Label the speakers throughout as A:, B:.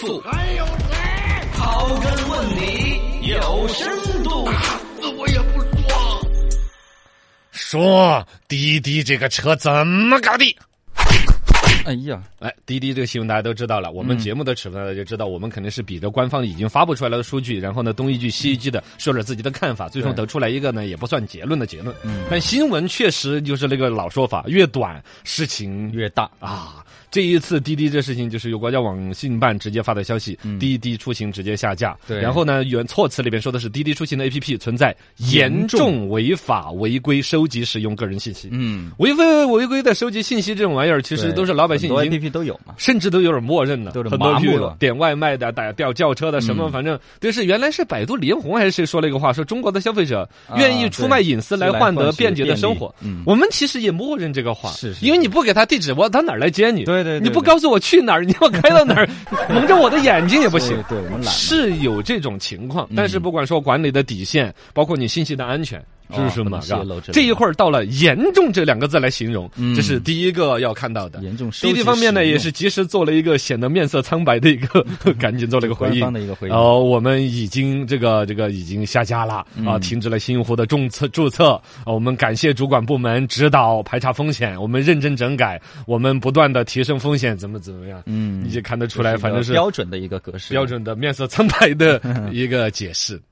A: 素，
B: 还有谁？
A: 刨根问底有深度。
B: 死我也不说。
C: 说滴滴这个车怎么搞的？
D: 哎呀，
C: 哎，滴滴这个新闻大家都知道了，我们节目的尺寸大家就知道，我们肯定是比着官方已经发布出来的数据，然后呢东一句西一句的说点自己的看法，最终得出来一个呢也不算结论的结论。但新闻确实就是那个老说法，越短事情
D: 越大
C: 啊。这一次滴滴这事情，就是由国家网信办直接发的消息，滴滴出行直接下架。
D: 对
C: 然后呢，原措辞里边说的是滴滴出行的 APP 存在严重违法违规收集使用个人信息。
D: 嗯，
C: 违规违规的收集信息这种玩意儿，其实
D: 对
C: 都是老百姓
D: 很
C: 已
D: 多
C: 经
D: APP 都有嘛。
C: 甚至都有点默认了，
D: 都有点
C: 很多
D: 麻木
C: 譬如
D: 了嗯
C: 点外卖的、打叫轿车的什么，反正就是原来是百度李彦宏还是谁说了一个话，说中国的消费者
D: 啊
C: 愿意出卖隐私
D: 对
C: 来换
D: 来
C: 得
D: 换取
C: 便捷的生活。
D: 便利嗯
C: 我们其实也默认这个话，
D: 是是
C: 因为你不给他地址，我他哪儿来接你？
D: 对对对
C: 你不
D: 对
C: 告诉我去哪儿，你要开到哪 儿，蒙着我的眼睛也不行。
D: 对对我们懒嘛
C: 是有这种情况，
D: 嗯
C: 但是不管说管理的底线，包括你信息的安全。是不是
D: 哦不
C: 嘛
D: 能？
C: 是吧
D: 泄露之类的
C: 这一会儿到了“严重”这两个字来形容，这是第一个要看到的。
D: 严重收
C: 滴滴
D: 集
C: 方面呢，
D: 使用
C: 也是及时做了一个显得面色苍白的一 个，赶紧做了一个回
D: 官
C: 应
D: 方的一个回应
C: 然后我们已经这个这个已经下架了
D: 嗯
C: 啊，停止了新用户的注册注册。啊我们感谢主管部门指导排查风险，我们认真整改，我们不断的提升风险，怎么怎么样？ 嗯，你就看得出来，
D: 这
C: 反正是
D: 标准的一个格式，
C: 标准的面色苍白 的一个解释。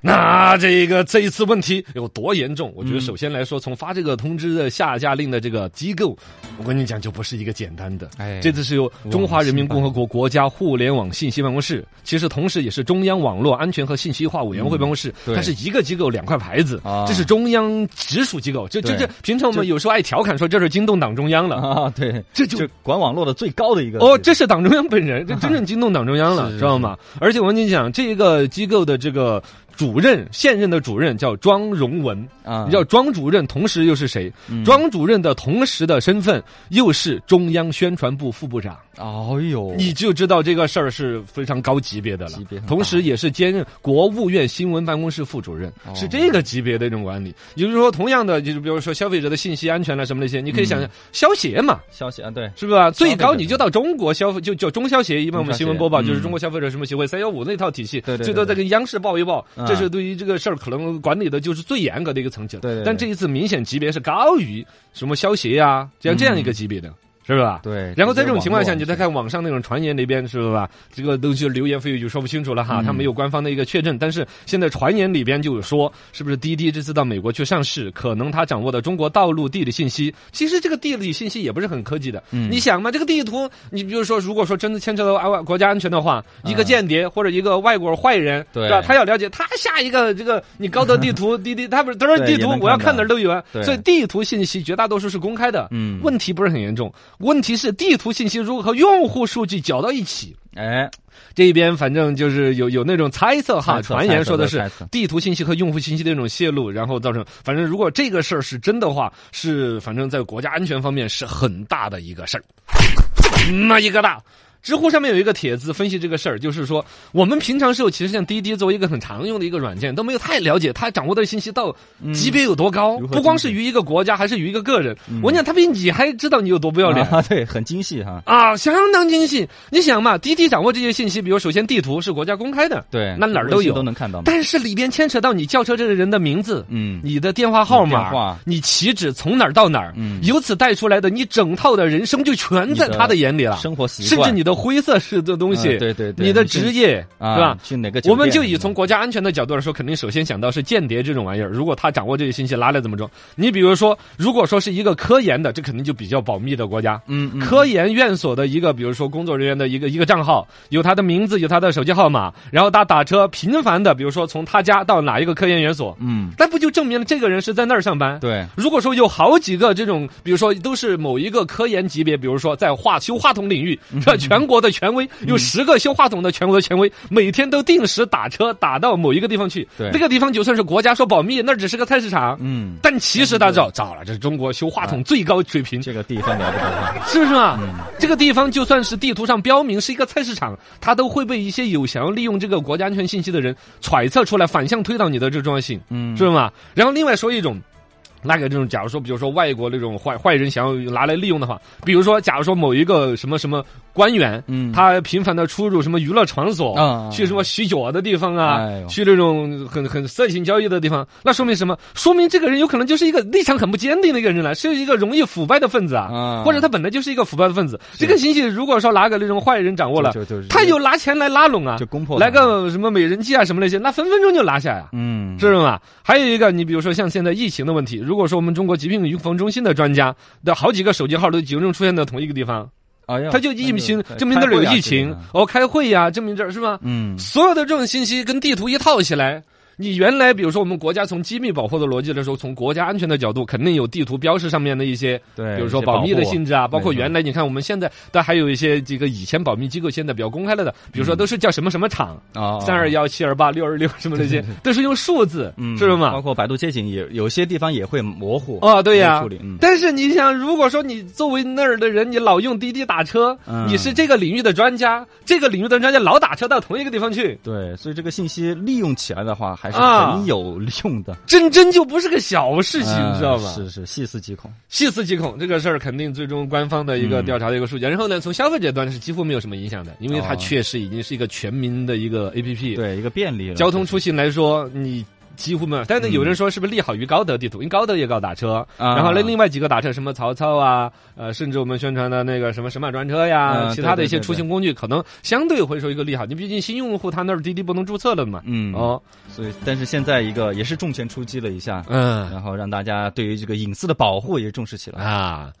C: 那这个这一次问题有多严重？我觉
D: 嗯
C: 得首先来说，从发这个通知的下架令的这个机构，我跟你讲，就不是一个简单的。
D: 哎
C: 这次是由中华人民共和国国家互联网信息办公
D: 嗯
C: 室，其实同时也是中央网络安全和信息化委员会办公室，
D: 嗯对
C: 它是一个机构两块牌子
D: 啊，
C: 这是中央直属机构。这这
D: 对
C: 这，平常我们有时候爱调侃说这是惊动党中央了，
D: 啊，对，
C: 这就
D: 管网络的最高的一个
C: 哦，这是党中央本人，这 真正惊动党中央了，
D: 是
C: 知道吗？而且我跟你讲，这个机构的这个主任，现任的主任叫庄荣文，
D: 啊，嗯
C: 你知道庄主任同时又是谁？庄主任的同时的身份又是中央宣传部副部长，
D: 哎呦，
C: 你就知道这个事儿是非常高级别的了
D: 级别。很大
C: 同时，也是兼任国务院新闻办公室副主任，
D: 哦
C: 是这个级别的一种管理。也就是说，同样的，就是比如说消费者的信息安全了什么那些，你可以
D: 嗯
C: 想象消协嘛，
D: 消息啊，对，
C: 是吧？
D: 消费
C: 最
D: 者
C: 高你就到中国消费，就就中消协，一般我们新闻播报
D: 中消协
C: 就
D: 嗯
C: 是中国消费者什么协会三幺五那套体系，
D: 对对对
C: 最多再跟央视报一报。
D: 嗯
C: 这是对于这个事儿可能管理的就是最严格的一个层级了。
D: 对对对
C: 但这一次明显级别是高于什么消协呀、这样这
D: 嗯
C: 样一个级别的。是吧？
D: 对
C: 然后在这种情况下，
D: 直
C: 你
D: 接
C: 再看网上那种传言里边，是吧？这个东西流言蜚语就说不清楚了哈，它没
D: 嗯
C: 有官方的一个确证。但是现在传言里边就有说，是不是滴滴这次到美国去上市，可能他掌握的中国道路地理信息，其实这个地理信息也不是很科技的。
D: 嗯
C: 你想嘛，这个地图，你比如说，如果说真的牵扯到安国家安全的话，一个间谍或者一个外国坏人，
D: 嗯对
C: 吧？他要了解，他下一个这个你高德地图、 滴滴，他不是都是
D: 对
C: 地
D: 也
C: 图
D: 能，
C: 我要
D: 看
C: 看哪
D: 到
C: 儿都有啊。
D: 对
C: 所以地图信息绝大多数是公开的。
D: 嗯
C: 问题不是很严重，问题是地图信息如何和用户数据搅到一起。
D: 哎，
C: 这边反正就是有有那种猜测哈，
D: 猜测
C: 传言说的是
D: 猜测猜测
C: 地图信息和用户信息的一种泄露，然后造成反正如果这个事儿是真的话，是反正在国家安全方面是很大的一个事儿，那一个大。知乎上面有一个帖子分析这个事儿，就是说我们平常时候其实像滴滴作为一个很常用的一个软件，都没有太了解它掌握的信息到级别有多高，
D: 嗯如何嗯
C: 不光是于一个国家，还是于一个个人。我讲他比你还知道你有多不要 脸。
D: 啊，对，很精细哈，
C: 啊，相当精细。你想嘛，滴滴掌握这些信息，比如首先地图是国家公开的，
D: 对，
C: 那哪儿都
D: 微信
C: 有，
D: 都能看到嘛，
C: 但是里边牵扯到你叫车这个人的名字，
D: 嗯
C: 你的电话号
D: 你的
C: 码，
D: 电话
C: 你起址从哪儿到哪儿，
D: 嗯
C: 由此带出来的你整套的人生就全在
D: 你的
C: 他的眼里了，
D: 生活习
C: 甚
D: 惯
C: 至你的灰色式的东西，
D: 嗯对对对
C: 你的
D: 你是
C: 职业
D: 啊
C: 是吧？
D: 去哪个酒
C: 我们
D: 店
C: 就以从国家安全的角度来说，肯定首先想到是间谍这种玩意儿。如果他掌握这些信息，拿来怎么装？你比如说，如果说是一个科研的，这肯定就比较保密的国家。
D: 嗯嗯
C: 科研院所的一个，比如说工作人员的一个一个账号，有他的名字，有他的手机号码，然后他打车频繁的，比如说从他家到哪一个科研院所，
D: 嗯，
C: 那不就证明了这个人是在那儿上班？。
D: 对，
C: 如果说有好几个这种，比如说都是某一个科研级别，比如说在话修话筒领域，
D: 嗯
C: 这全国的权威，有十个修话筒的全国的权威，每天都定时打车打到某一个地方去。
D: 对
C: 那个地方就算是国家说保密，那只是个菜市场。
D: 嗯，哎
C: 但其实大家知道，糟了，这是中国修话筒最高水平，
D: 这个地方了不得，
C: 是不是嘛？
D: 嗯
C: 这个地方就算是地图上标明是一个菜市场，它都会被一些有想要利用这个国家安全信息的人揣测出来，反向推导你的这重要性，
D: 嗯
C: 是不是嘛？然后另外说一种。那个这种，假如说，比如说外国那种坏坏人想要拿来利用的话，比如说，假如说某一个什么什么官员，
D: 嗯
C: 他频繁的出入什么娱乐场所，
D: 啊
C: 去什么洗脚的地方啊，
D: 哎呦
C: 去这种很很色情交易的地方，那说明什么？说明这个人有可能就是一个立场很不坚定的一个人来，是一个容易腐败的分子啊，
D: 啊
C: 或者他本来就是一个腐败的分子。这个信息如果说拿个那种坏人掌握了，
D: 就就就
C: 他有拿钱来拉拢啊，
D: 就攻破他
C: 来个什么美人计啊什么那些，那分分钟就拿下呀、
D: 嗯，
C: 是吧？还有一个，你比如说像现在疫情的问题，如果说我们中国疾病预防中心的专家的好几个手机号都集中出现在同一个地方，
D: 哎呀，
C: 他就疫情
D: 那就
C: 证明这儿有疫
D: 开会
C: 情
D: 啊，
C: 哦，开会呀、证明这儿是吧？
D: 嗯，
C: 所有的这种信息跟地图一套起来。你原来比如说我们国家从机密保护的逻辑来说，从国家安全的角度，肯定有地图标识上面的一些，
D: 对
C: 比如说
D: 哎一些保
C: 保密的
D: 护
C: 性质啊，包括
D: 没错
C: 原来你看我们现在，但还有一些这个以前保密机构现在比较公开了的，比如说都是叫什么什么厂，
D: 啊，
C: 三二幺七二八六二六什么那些，都是用数字，
D: 嗯，
C: 是
D: 包
C: 吗？
D: 括百度街景也有些地方也会模糊
C: 哦，对呀、
D: 处理嗯
C: 但是你想，如果说你作为那儿的人，你老用滴滴打车，
D: 嗯
C: 你是这个领域的专家，这个领域的专家老打车到同一个地方去，
D: 对，所以这个信息利用起来的话，还是
C: 啊
D: 很有用的，
C: 真真就不是个小事情，
D: 嗯
C: 你知道吗？
D: 是是，细思极恐。
C: 细思极恐，这个事儿肯定最终官方的一个
D: 嗯
C: 调查的一个数据。然后呢，从消费者端是几乎没有什么影响的，因为它
D: 哦
C: 确实已经是一个全民的一个 APP。
D: 对，一个便利了。
C: 交通出行来说，你几乎没有。但是有人说，是不是利好于高德地图？因为高德也搞打车，
D: 嗯啊
C: 然后呢，另外几个打车，什么曹操啊，呃，甚至我们宣传的那个什么神马专车呀，
D: 嗯
C: 其他的
D: 对对
C: 一些
D: 对
C: 出行工具，可能相对会说一个利好。你毕竟新用户他那儿滴滴不能注册了嘛。
D: 嗯哦，
C: 哦，
D: 所以但是现在一个也是重拳出击了一下，
C: 嗯
D: 然后让大家对于这个隐私的保护也重视起来。
C: 啊。